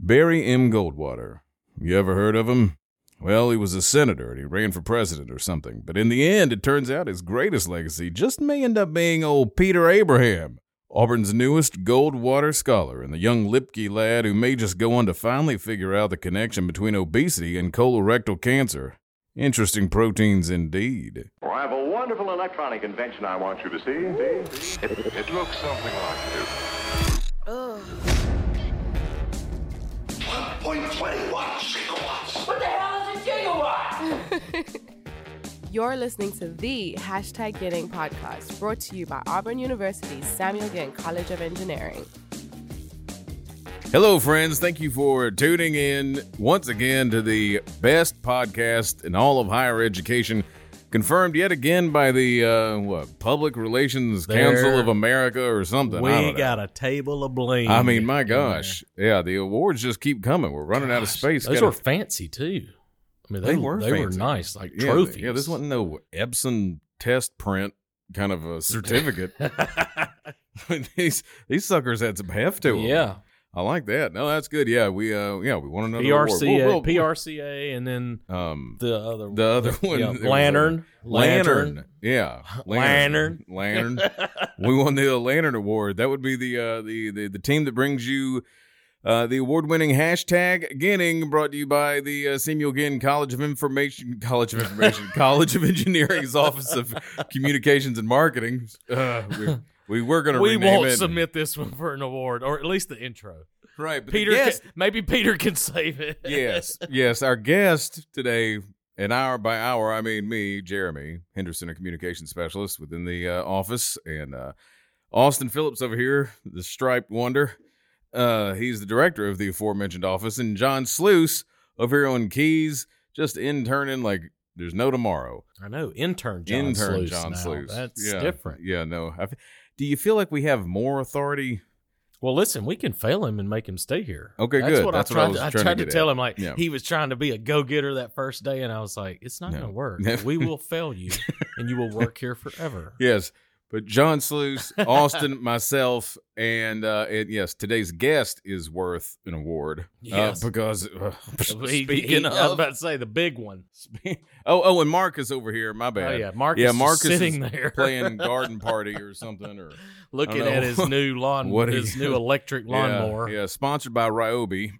Barry M. Goldwater. You ever heard of him? Well, he was a senator and he ran for president or something. But in the end, it turns out his greatest legacy just may end up being old Peter Abraham, Auburn's newest Goldwater scholar and the young Lipke lad who may just go on to finally figure out the connection between obesity and colorectal cancer. Interesting proteins indeed. Well, I have a wonderful electronic invention I want you to see. see? It, it looks something like this. 1.21 gigawatts. What the hell is a gigawatt? You're listening to the hashtag Getting podcast, brought to you by Auburn University's Samuel Ginn College of Engineering. Hello, friends. Thank you for tuning in once again to the best podcast in all of higher education, confirmed yet again by the uh, what Public Relations Council There. of America or something. I We don't know. got a table of blame. I mean, my in gosh, yeah, the awards just keep coming. We're running out of space. Those Gotta- were fancy too. I mean, they, They were were they were fancy. nice, like yeah, trophies. Yeah, this wasn't no Epson test print kind of a certificate. these these suckers had some heft to them. yeah, I like that. No, that's good. Yeah, we uh, yeah, we won another award. PRCA, We'll- we'll- PRCA, and then Um, the other the other one, yeah, there was a- lantern, lantern, yeah, Lantern. lantern. we won the lantern award. That would be the uh, the, the the team that brings you. Uh, the award-winning hashtag Ginning brought to you by the uh, Samuel Ginn College of Information, College of Information, College of Engineering's Office of Communications and Marketing. Uh, we, we were going to We rename won't it. submit this one for an award, or at least the intro. right, but the Peter, guest- can, maybe Peter can save it. yes, yes. Our guest today, an hour by hour, I mean me, Jeremy Henderson, a communication specialist within the uh, office, and uh, Austin Phillips over here, the striped wonder. Uh, he's the director of the aforementioned office, and John Sluice over here on keys, just interning like there's no tomorrow. I know. Intern John Intern Sluice John now. Sluice. That's Yeah, different. Yeah, no. I f do you feel like we have more authority? Well, listen, we can fail him and make him stay here. Okay, That's good. What That's I what tried I was to, trying to tried to, get tell at. him like Yeah. he was trying to be a go getter that first day, and I was like, it's not No. going to work. No. we will fail you, and you will work here forever. Yes. But John Sluice, Austin, myself, and, uh, and yes, today's guest is worth an award. Yes. Uh, because, uh, He- speaking he- uh, I of. was about to say the big one. oh, oh, and Marcus over here. My bad. Oh yeah, Marcus. yeah, is Marcus sitting is there playing garden party or something. or I looking don't at know. his new lawn, What he- his new electric lawnmower. Yeah, yeah, sponsored by Ryobi.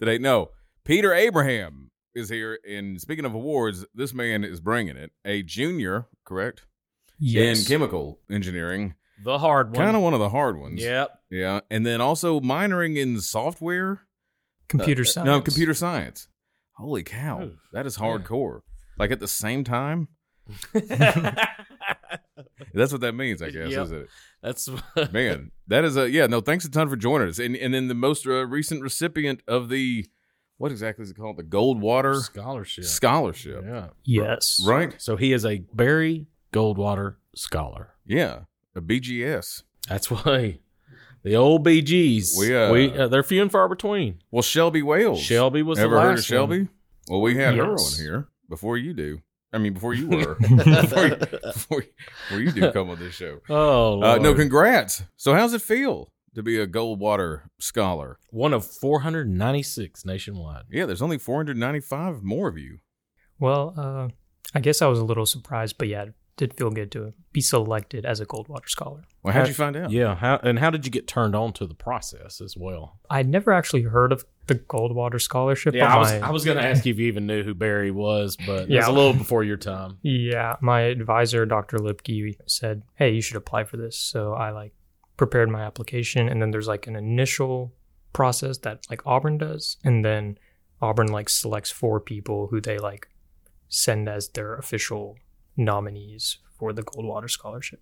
Today, no. Peter Abraham is here. And speaking of awards, this man is bringing it. A junior, correct? In chemical engineering. the hard one. Kind of one of the hard ones. Yep. Yeah, and then also minoring in software. Uh, computer science. No, computer science. Holy cow, Oof. that is hardcore. Like at the same time, that's what that means, I guess, Yep. is it? That's Man, that is a yeah. No, thanks a ton for joining us. And and then the most uh, recent recipient of the what exactly is it called? The Goldwater scholarship. Scholarship, Yeah. Yes. right? So he is a Barry Goldwater scholar. Yeah, a BGS. That's why the old BGs. We, uh, they're few and far between. Well, Shelby Wales. Shelby was the ever heard of last Shelby? one. Well, we had her on Yes. here before you do. I mean, before you were, before, you, before, you- before you do come on this show. Oh Uh, no, Lord. congrats. So, how's it feel to be a Goldwater scholar? one of 496 nationwide. Yeah, there's only 495 more of you. Well, uh, I guess I was a little surprised, but yeah, it did feel good to be selected as a Goldwater Scholar. Well, how'd you find out? Yeah, how, and how did you get turned on to the process as well? I'd never actually heard of the Goldwater Scholarship. Yeah, but I was, my- I was going to ask you if you even knew who Barry was, but yeah. it was Yeah. a little before your time. yeah, my advisor, Dr. Lipke, said, "Hey, you should apply for this." So I like prepared my application, and then there's like an initial process that like Auburn does, and then Auburn like selects four people who they like send as their official nominees for the Goldwater Scholarship.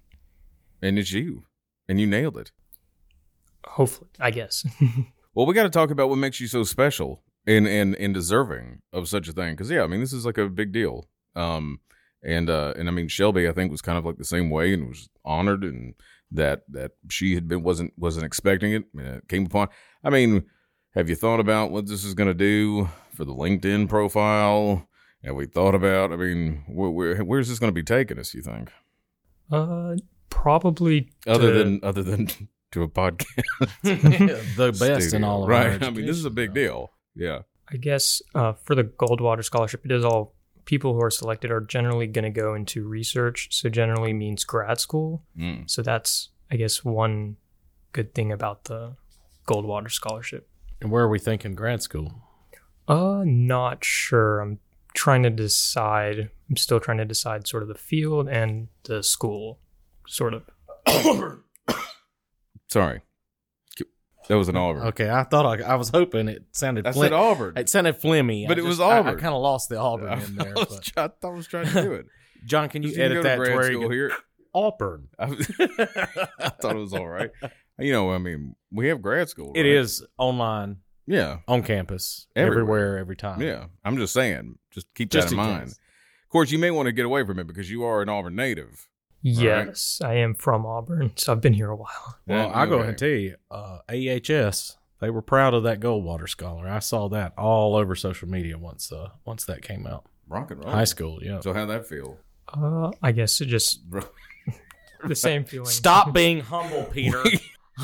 And it's you. And you nailed it. Hopefully, I guess. Well, we got to talk about what makes you so special and, and, and deserving of such a thing. Cause, yeah, I mean, this is like a big deal. Um, and, uh, and I mean, Shelby, I think was kind of like the same way and was honored and that, that she had been, wasn't, wasn't expecting it. and it came upon, I mean, have you thought about what this is going to do for the LinkedIn profile? Have we thought about, I mean, where, where, where's this going to be taking us, you think? Uh, probably Other to- than, other than to a podcast. the best in studio, all of our right. I mean, this is a education, big though. deal. Yeah. I guess uh, for the Goldwater Scholarship, it is all people who are selected are generally going to go into research. So generally means grad school. Mm. So that's, I guess, one good thing about the Goldwater Scholarship. And where are we thinking grad school? Uh, not sure. I'm trying to decide. I'm still trying to decide sort of the field and the school, sort of. Sorry. That was an Auburn. Okay, I thought I, I was hoping it sounded. I flim- said Auburn. It sounded flimmy, I But it was just- I- I, Auburn. kind of lost the Auburn in I, there. was but- try- I thought I was trying to do it. John, can you, You go edit to that to grad where you school go- here? Auburn? I, I thought it was all right. You know, I mean, we have grad school. It right? is online, Yeah. on campus, Everywhere. everywhere, every time. Yeah. I'm just saying. Just keep Um, Just that in in mind. case. Of course, you may want to get away from it because you are an Auburn native. Yes, I am from Auburn, so I've been here a while. Well, Yeah, I'll go okay. ahead and tell you, uh, AHS, they were proud of that Goldwater Scholar. I saw that all over social media once uh, once that came out. Rock and roll. High school, yeah. Oh. So how'd that feel? Uh, I guess it just Bro- the same feeling. Stop being humble, Peter.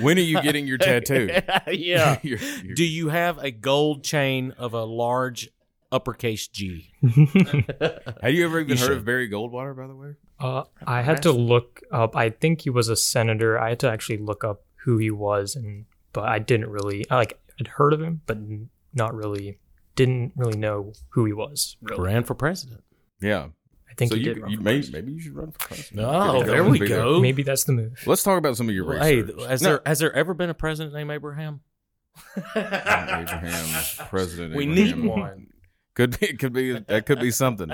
When are you getting your tattoo? yeah. Your- your- Do you have a gold chain of a large uppercase G? have you ever even You heard of should. Barry Goldwater, by the way? Uh, I had to look up. I think he was a senator. I had to actually look up who he was, and but I didn't really. I like I'd heard of him, but n- not really. Didn't really know who he was. Really, Ran for president. Yeah. I think so he you, did. Run you for may, president. maybe you should run for president. No, That there would we be the- go. Maybe that's the move. Let's talk about some of your Well, Hey, research. has No, there has there ever been a president named Abraham? Abraham, President. we Abraham. need one. Could be. Could be. That could be something.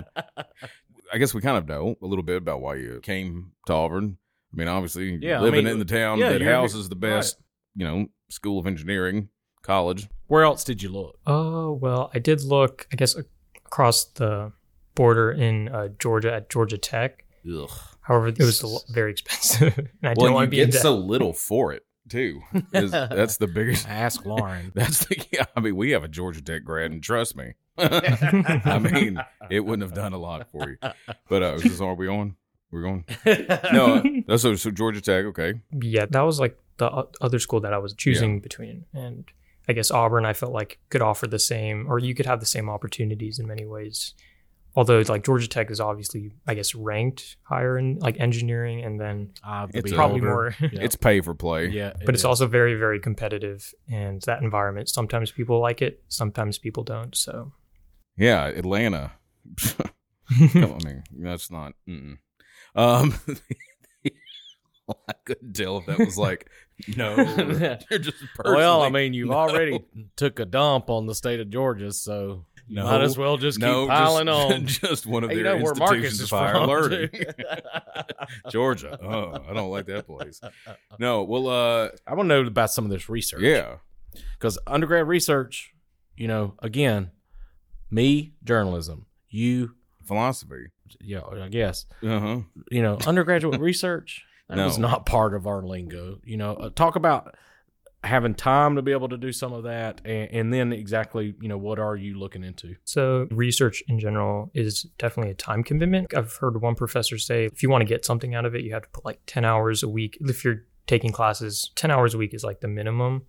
I guess we kind of know a little bit about why you came to Auburn. I mean, obviously, Yeah, I living mean, in the town yeah, that you're- houses the best, you know, School of Engineering college. Where else did you look? Oh well, I did look. I guess ac- across the border in uh, Georgia at Georgia Tech. Ugh. However, it was a lo- very expensive, and I didn't Well, want you to be in get debt. so little for it too. Is- that's the biggest. Ask Lauren. That's the. Yeah, I mean, we have a Georgia Tech grad, and trust me, I mean, it wouldn't have done a lot for you. But uh, is this, are we on? We're going. No, uh, so so Georgia Tech. Okay, yeah, that was like the o- other school that I was choosing between, and I guess Auburn I felt like could offer the same, or you could have the same opportunities in many ways. Although like Georgia Tech is obviously I guess ranked higher in like engineering, and then Eye of the It's beholder. probably more, Yeah. it's pay for play. yeah, but it's also very very competitive, and that environment sometimes people like it, sometimes people don't. So Yeah, Atlanta. Come on, I mean, that's not. Mm-mm. Um, I couldn't tell if that was like no. or You're just personally, well. I mean, you've No. already took a dump on the state of Georgia, so you No. might as well just no, keep piling just, on. Just one of Hey, their you know where institutions Marcus is of higher from. learning. too. Georgia. Oh, I don't like that place. No, well, uh, I want to know about some of this research. yeah, because undergrad research, you know, again, me journalism, you, philosophy. yeah, I guess, Uh huh. you know, undergraduate research. That No. was not part of our lingo. You know, uh, talk about having time to be able to do some of that, and, and then exactly, you know, what are you looking into? So, research in general is definitely a time commitment. I've heard one professor say if you want to get something out of it, you have to put like 10 hours a week. If you're taking classes, 10 hours a week is like the minimum.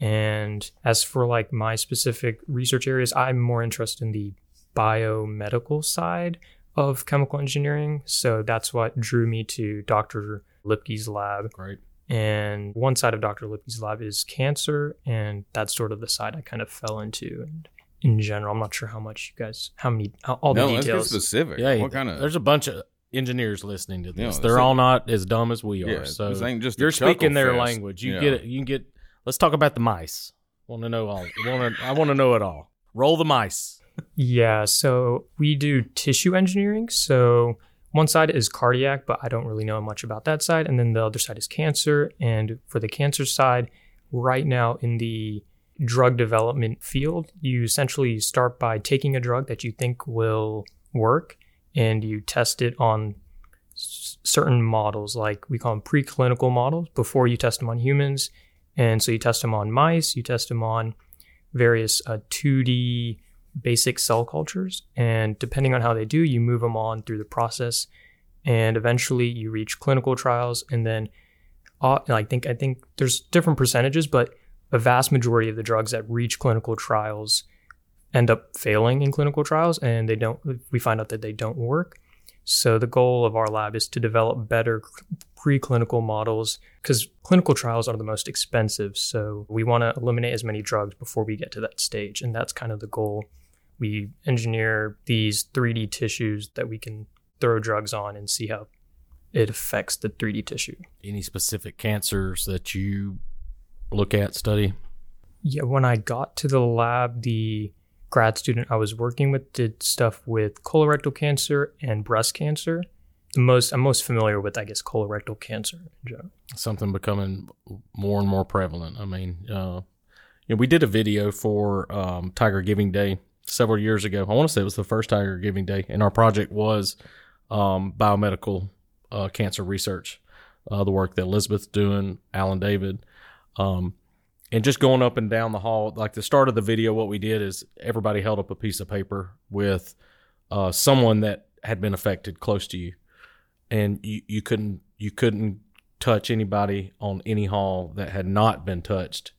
And as for like my specific research areas, I'm more interested in the biomedical side of chemical engineering. So, that's what drew me to Dr. Lipke's lab. Great. And one side of Dr. Lipke's lab is cancer, and that's sort of the side I kind of fell into. And in general, I'm not sure how much you guys, how many, how, all the no, let's get details. specific. Yeah. what kind of? There's a bunch of engineers listening to Yeah, this this. They're all ain't- not as dumb as we are. yeah, so this ain't just a you're chuckle speaking their fest. language. You Yeah. get it. You can get. Let's talk about the mice. Want to know all? Want to? I want to know it all. Roll the mice. yeah, so we do tissue engineering. So one side is cardiac, but I don't really know much about that side. And then the other side is cancer. And for the cancer side, right now in the drug development field, you essentially start by taking a drug that you think will work and you test it on s- certain models, like we call them preclinical models, before you test them on humans. And so you test them on mice, you test them on various uh, 2D basic cell cultures. And depending on how they do, you move them on through the process. And eventually you reach clinical trials. And then uh, I think I think there's different percentages, but a vast majority of the drugs that reach clinical trials end up failing in clinical trials, and they don't. We find out that they don't work. So the goal of our lab is to develop better preclinical models because clinical trials are the most expensive. So we want to eliminate as many drugs before we get to that stage, and that's kind of the goal. We engineer these 3D tissues that we can throw drugs on and see how it affects the 3D tissue. Any specific cancers that you look at, study? Yeah, when I got to the lab, the grad student I was working with did stuff with colorectal cancer and breast cancer. The most I'm most familiar with, I guess, colorectal cancer in general. Something becoming more and more prevalent. I mean, uh, you know, we did a video for um, Tiger Giving Day several years ago. I want to say it was the first Tiger Giving Day, and our project was um, biomedical uh, cancer research, uh, the work that Elizabeth's doing, Alan David, um, and just going up and down the hall. Like the start of the video, what we did is everybody held up a piece of paper with uh, someone that had been affected close to you, and you, you couldn't you couldn't touch anybody on any hall that had not been touched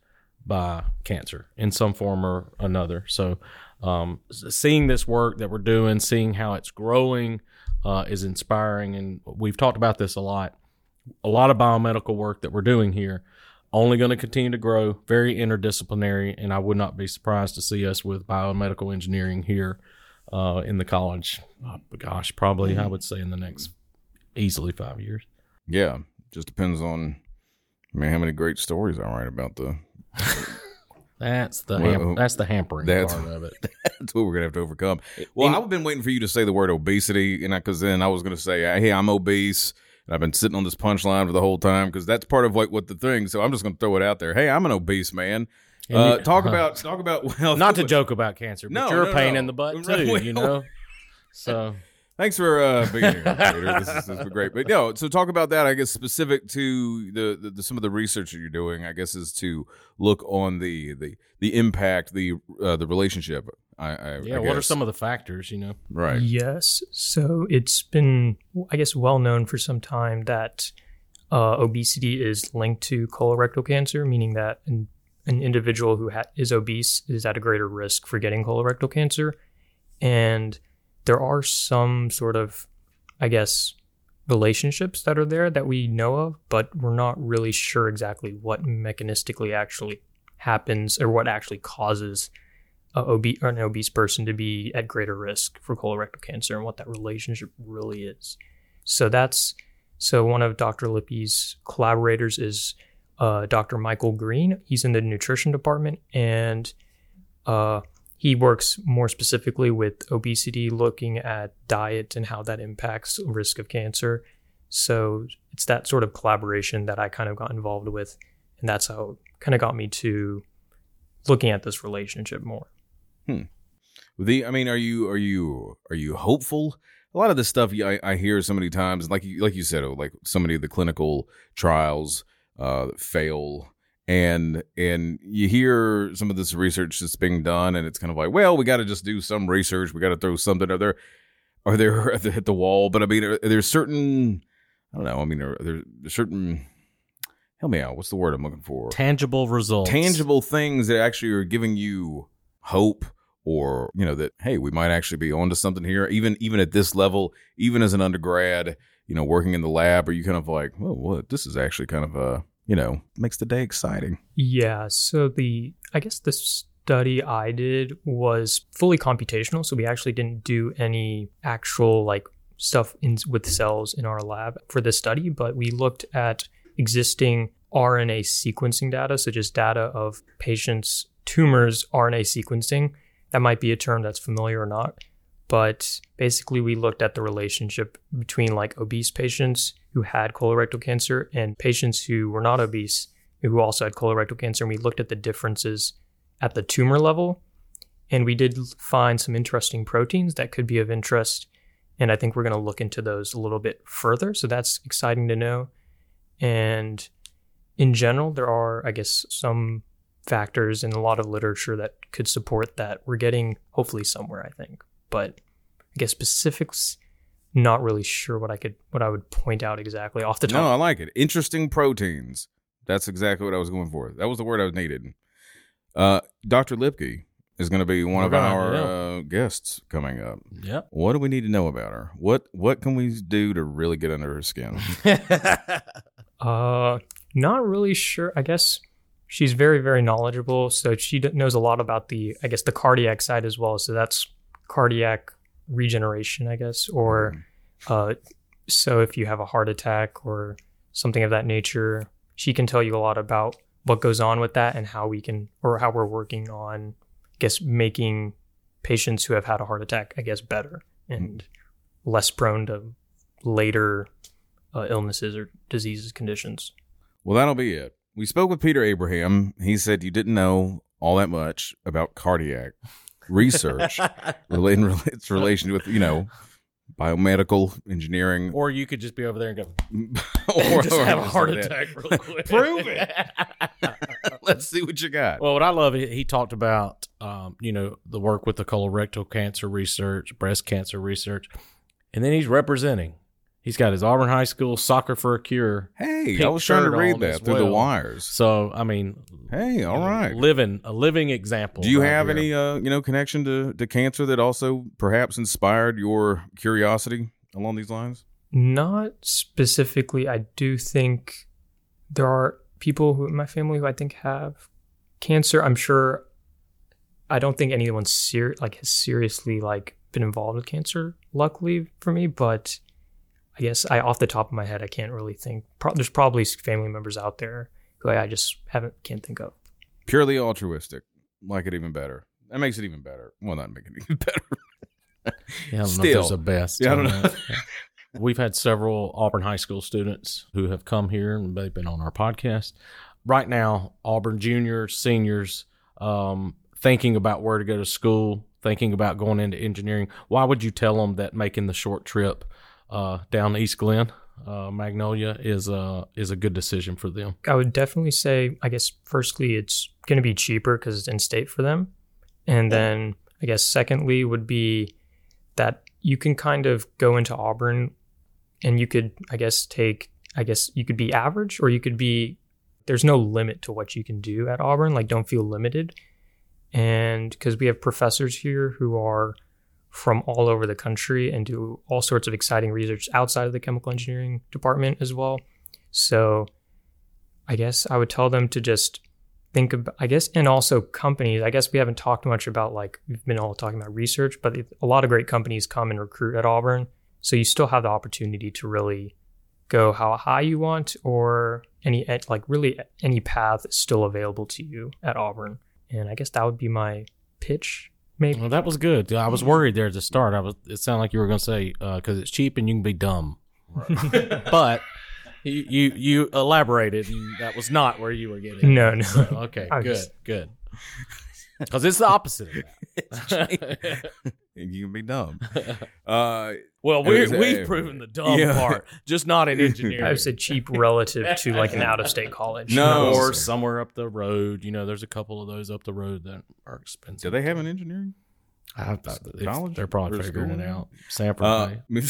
by cancer in some form or another. So, um, s- seeing this work that we're doing, seeing how it's growing, uh, is inspiring. And we've talked about this a lot. A lot of biomedical work that we're doing here only going to continue to grow, very interdisciplinary. And I would not be surprised to see us with biomedical engineering here uh, in the college. Oh, gosh, probably I would say in the next easily five years. Yeah, just depends on. I mean, how many great stories I write about the. That's the Well, ham- that's the hampering that's- part of it. That's what we're gonna have to overcome. Eh, Well, I've been waiting for you to say the word obesity, and because then I was gonna say, "Hey, I'm obese," and I've been sitting on this punchline for the whole time because that's part of like what the thing. So I'm just gonna throw it out there. Hey, I'm an obese man. And Uh, you- talk huh. about talk about well, not to joke about cancer, but No, you're no, a pain no. in the butt Right, too, well- you know. So Thanks for uh, being here, Peter. This, is, this has been great. But no, so talk about that. I guess specific to the, the, the some of the research that you're doing. I guess is to look on the the the impact the uh, the relationship. I, I yeah, I what are guess. some of the factors? You know, right? Yes. So it's been, I guess, well known for some time that uh, obesity is linked to colorectal cancer, meaning that an, an individual who ha- is obese is at a greater risk for getting colorectal cancer. And there are some sort of, I guess, relationships that are there that we know of, but we're not really sure exactly what mechanistically actually happens or what actually causes a obe- or an obese person to be at greater risk for colorectal cancer and what that relationship really is. So that's so one of Dr. Lippi's collaborators is uh, Dr. Michael Green. He's in the nutrition department and uh, he works more specifically with obesity, looking at diet and how that impacts risk of cancer. So it's that sort of collaboration that I kind of got involved with, and that's how kind of got me to looking at this relationship more. The I mean, are you are you are you hopeful? A lot of this stuff yeah, I, I hear so many times, like you, like you said, oh, like so many of the clinical trials uh, fail, and and you hear some of this research that's being done, and it's kind of like, well, we got to just do some research, we got to throw something out there, or there at the, hit the wall. But I mean, are, there's certain, I don't know, I mean, are, there certain, help me out, what's the word I'm looking for? tangible results, tangible things that actually are giving you hope or you know that hey we might actually be onto something here even even at this level even as an undergrad you know working in the lab are you kind of like well what this is actually kind of uh you know makes the day exciting Yeah. So the I guess the study I did was fully computational. So we actually didn't do any actual like stuff in with cells in our lab for this study, but we looked at existing RNA sequencing data, so just data of patients' tumors RNA sequencing. That might be a term that's familiar or not. But basically, we looked at the relationship between like obese patients who had colorectal cancer and patients who were not obese who also had colorectal cancer, and we looked at the differences at the tumor level. And we did find some interesting proteins that could be of interest. And I think we're going to look into those a little bit further. So that's exciting to know. And in general, there are, I guess, some factors in a lot of literature that could support that. We're getting hopefully somewhere, I think. But I guess specifics, not really sure what I could what I would point out exactly off the top. No, I like it. Interesting proteins. That's exactly what I was going for. That was the word I was needed. Uh, Dr. Lipke is going to be one Oh All of right, our yeah. uh, guests coming up. Yep. What do we need to know about her? What What can we do to really get under her skin? Uh, not really sure. I guess she's very, very knowledgeable, so she d- knows a lot about the, I guess, the cardiac side as well. So that's cardiac regeneration, I guess, or uh, so if you have a heart attack or something of that nature, she can tell you a lot about what goes on with that and how we can, or how we're working on, I guess, making patients who have had a heart attack, I guess, better and less prone to later uh, illnesses or diseases conditions. Well, that'll be it. We spoke with Peter Abraham. He said you didn't know all that much about cardiac research rela- in rela- its relation with, you know, biomedical engineering. or you could just be over there and go or- just have or a heart something like that. attack real quick. Prove it. Let's see what you got. Well, what I love, he he talked about, um, you know, the work with the colorectal cancer research, breast cancer research, and then he's representing. He's got his Auburn High School Soccer for a Cure. hey, I pink was trying to shirt read on that as through the well. wires. So, I mean, Hey, all you know, right. living a living example. Do you right have here. any, uh, you know, connection to, to cancer that also perhaps inspired your curiosity along these lines? Not specifically. I do think there are people who in my family who I think have cancer. I'm sure. I don't think anyone's ser- like has seriously like been involved with cancer. Luckily for me, but I guess I off the top of my head I can't really think. Pro- there's probably family members out there who I, I just haven't can't think of. Purely altruistic. Like it even better. That makes it even better. Well, not make it even better. Yeah, I don't know if Still. there's a best. Yeah, I on don't know. that. We've had several Auburn High School students who have come here and they've been on our podcast. Right now, Auburn juniors, seniors, um, thinking about where to go to school, thinking about going into engineering. Why would you tell them that making the short trip uh, down to East Glen, uh, Magnolia, is uh, is a good decision for them? I would definitely say, I guess, firstly, it's going to be cheaper because it's in state for them. And then I guess, secondly, would be that you can kind of go into Auburn and you could, I guess, take, I guess, you could be average or you could be, there's no limit to what you can do at Auburn. Like, don't feel limited. And because we have professors here who are from all over the country and do all sorts of exciting research outside of the chemical engineering department as well. So, I guess I would tell them to just think about, I guess, and also companies. I guess we haven't talked much about like, we've been all talking about research, but it- a lot of great companies come and recruit at Auburn. So you still have the opportunity to really go how high you want or any, like, really any path is still available to you at Auburn. And I guess that would be my pitch, maybe. Well, that was good. I Mm-hmm. was worried there at the start. I was. It sounded like you were going to say because it's cheap and you can be dumb, but you, you you elaborated and that was not where you were getting. No, no. So, okay, I good, just- good. Because it's the opposite of that. You can be dumb. Uh, well, we Exactly. we've proven the dumb Yeah. part, just not in engineering. I would say cheap relative to like an out of state college. No. or somewhere up the road. You know, there's a couple of those up the road that are expensive. do they have an engineering? I thought that College? they- they're probably Or figuring school? it out. Sanford. Uh, may.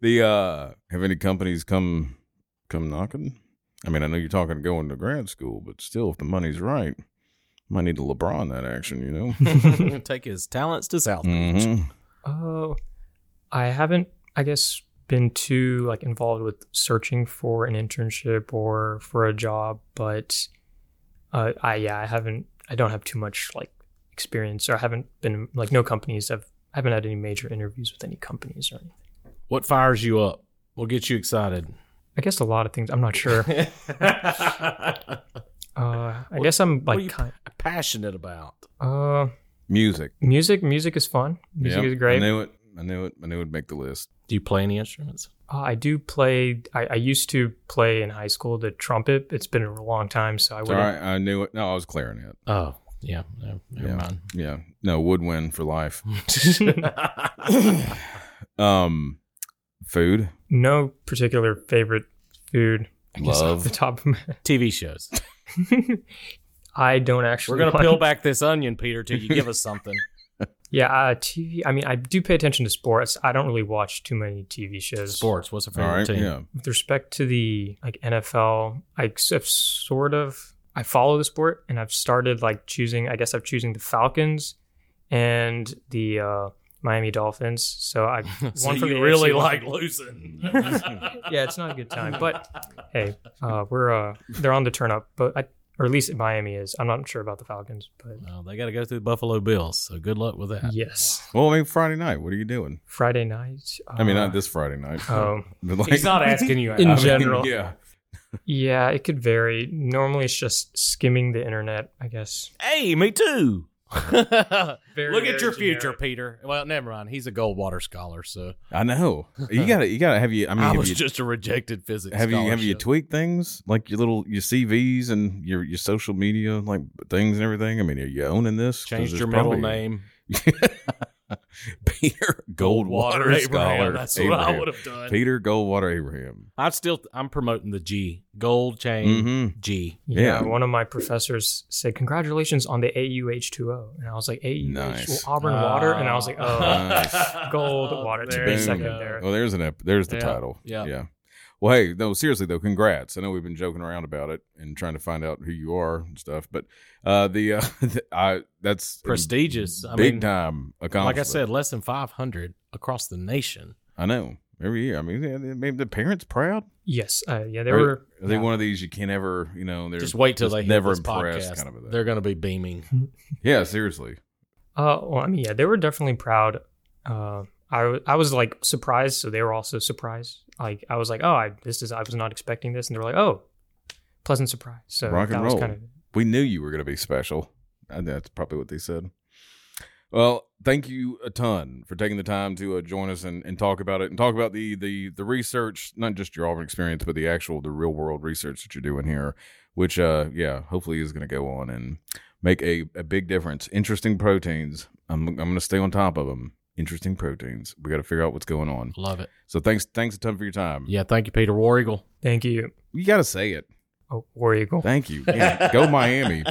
the uh, have any companies come come knocking? I mean, I know you're talking going to grad school, but still, if the money's right, might need to LeBron that action, you know. Take his talents to South Beach. Mhm. Oh, I haven't, I guess, been too like involved with searching for an internship or for a job, but uh, I yeah, I haven't, I don't have too much like experience, or I haven't been like no companies have, I haven't had any major interviews with any companies or anything. What fires you up? What gets you excited? I guess a lot of things. I'm not sure. uh, I guess I'm what like, are you kind, passionate about? uh, Music. music. Music is fun. Music Yep, is great. I knew it. I knew it. I knew it'd make the list. Do you play any instruments? Uh, I do play. I, I used to play in high school the trumpet. It's been a long time, so I It's all wouldn't. right. I knew it. No, I was clarinet. Oh, yeah. No, never Yeah. mind. Yeah. No, woodwind for life. um, food, No particular favorite food. I guess off love. the top of my head. TV shows. I don't actually. We're gonna like- peel back this onion, Peter, till you give us something. Yeah, uh, TV. I mean, I do pay attention to sports. I don't really watch too many TV shows. Sports. What's a All favorite right. team? Yeah. With respect to the like NFL, I s- have sort of I follow the sport, and I've started like choosing. I guess I'm choosing the Falcons and the uh, Miami Dolphins. So I So One for you the really AFC, one like losing. yeah, it's not a good time. But hey, uh, we're uh, they're on the turn up, but I, or at least Miami is. I'm not sure about the Falcons, but Well, they got to go through the Buffalo Bills. So good luck with that. yes, Well, I mean, Friday night. What are you doing? Friday night. Uh, I mean, not this Friday night. Um, but like- He's not asking you. In I out. mean, general. yeah. yeah, it could vary. Normally, it's just skimming the internet. I guess. Hey, me too. Look Very, at very your future, generic. Peter. Well, never mind. He's a Goldwater scholar, so I know. You gotta. You gotta have you. I mean, I have was you, just a rejected physics. have you have you scholarship. tweaked things like your little your CVs and your your social media like things and everything? I mean, are you owning this? 'Cause changed there's your middle probably- name? Peter Goldwater, Goldwater Scholar. Abraham. That's what I Abraham. would have done. Peter Goldwater Abraham. I still I'm promoting the G gold chain hmm G. Yeah. Yeah, one of my professors said, "Congratulations on the AUH2O," and I was like, "AUH Nice. well, Auburn water," and I was like, Uh, "Oh, Nice. gold water." To There be you second go. there. Well, there's an ep- there's the Yeah, title. yeah. yeah. Well, hey, no, seriously though, congrats. I know we've been joking around about it and trying to find out who you are and stuff, but uh, the uh, I that's Prestigious. I big mean, time accomplishment. like I said, less than 500 across the nation. I know every year. I mean, yeah, they- maybe the parents proud. Yes, uh, yeah, they Are- were. Are they yeah. one of these you can't ever, you know? They're Just wait till they hear never this impressed, podcast. kind of a thing. They're going to be beaming. Yeah, seriously. Uh, well, I mean, yeah, they were definitely proud. Uh, I w- I was like surprised, so they were also surprised. Like I was like, oh, I this is I was not expecting this, and they were like, oh, pleasant surprise. So Rock and that roll. was kind of We knew you were going to be special. And that's probably what they said. Well, thank you a ton for taking the time to uh, join us and, and talk about it and talk about the, the the research, not just your Auburn experience, but the actual the real world research that you're doing here, which uh yeah, hopefully is going to go on and make a, a big difference. Interesting proteins. I'm I'm going to stay on top of them. Interesting proteins. We got to figure out what's going on. Love it. So thanks thanks a ton for your time. Yeah. Thank you, Peter War Eagle. thank you, You got to say it. oh, War Eagle. Thank you. Yeah. go Miami.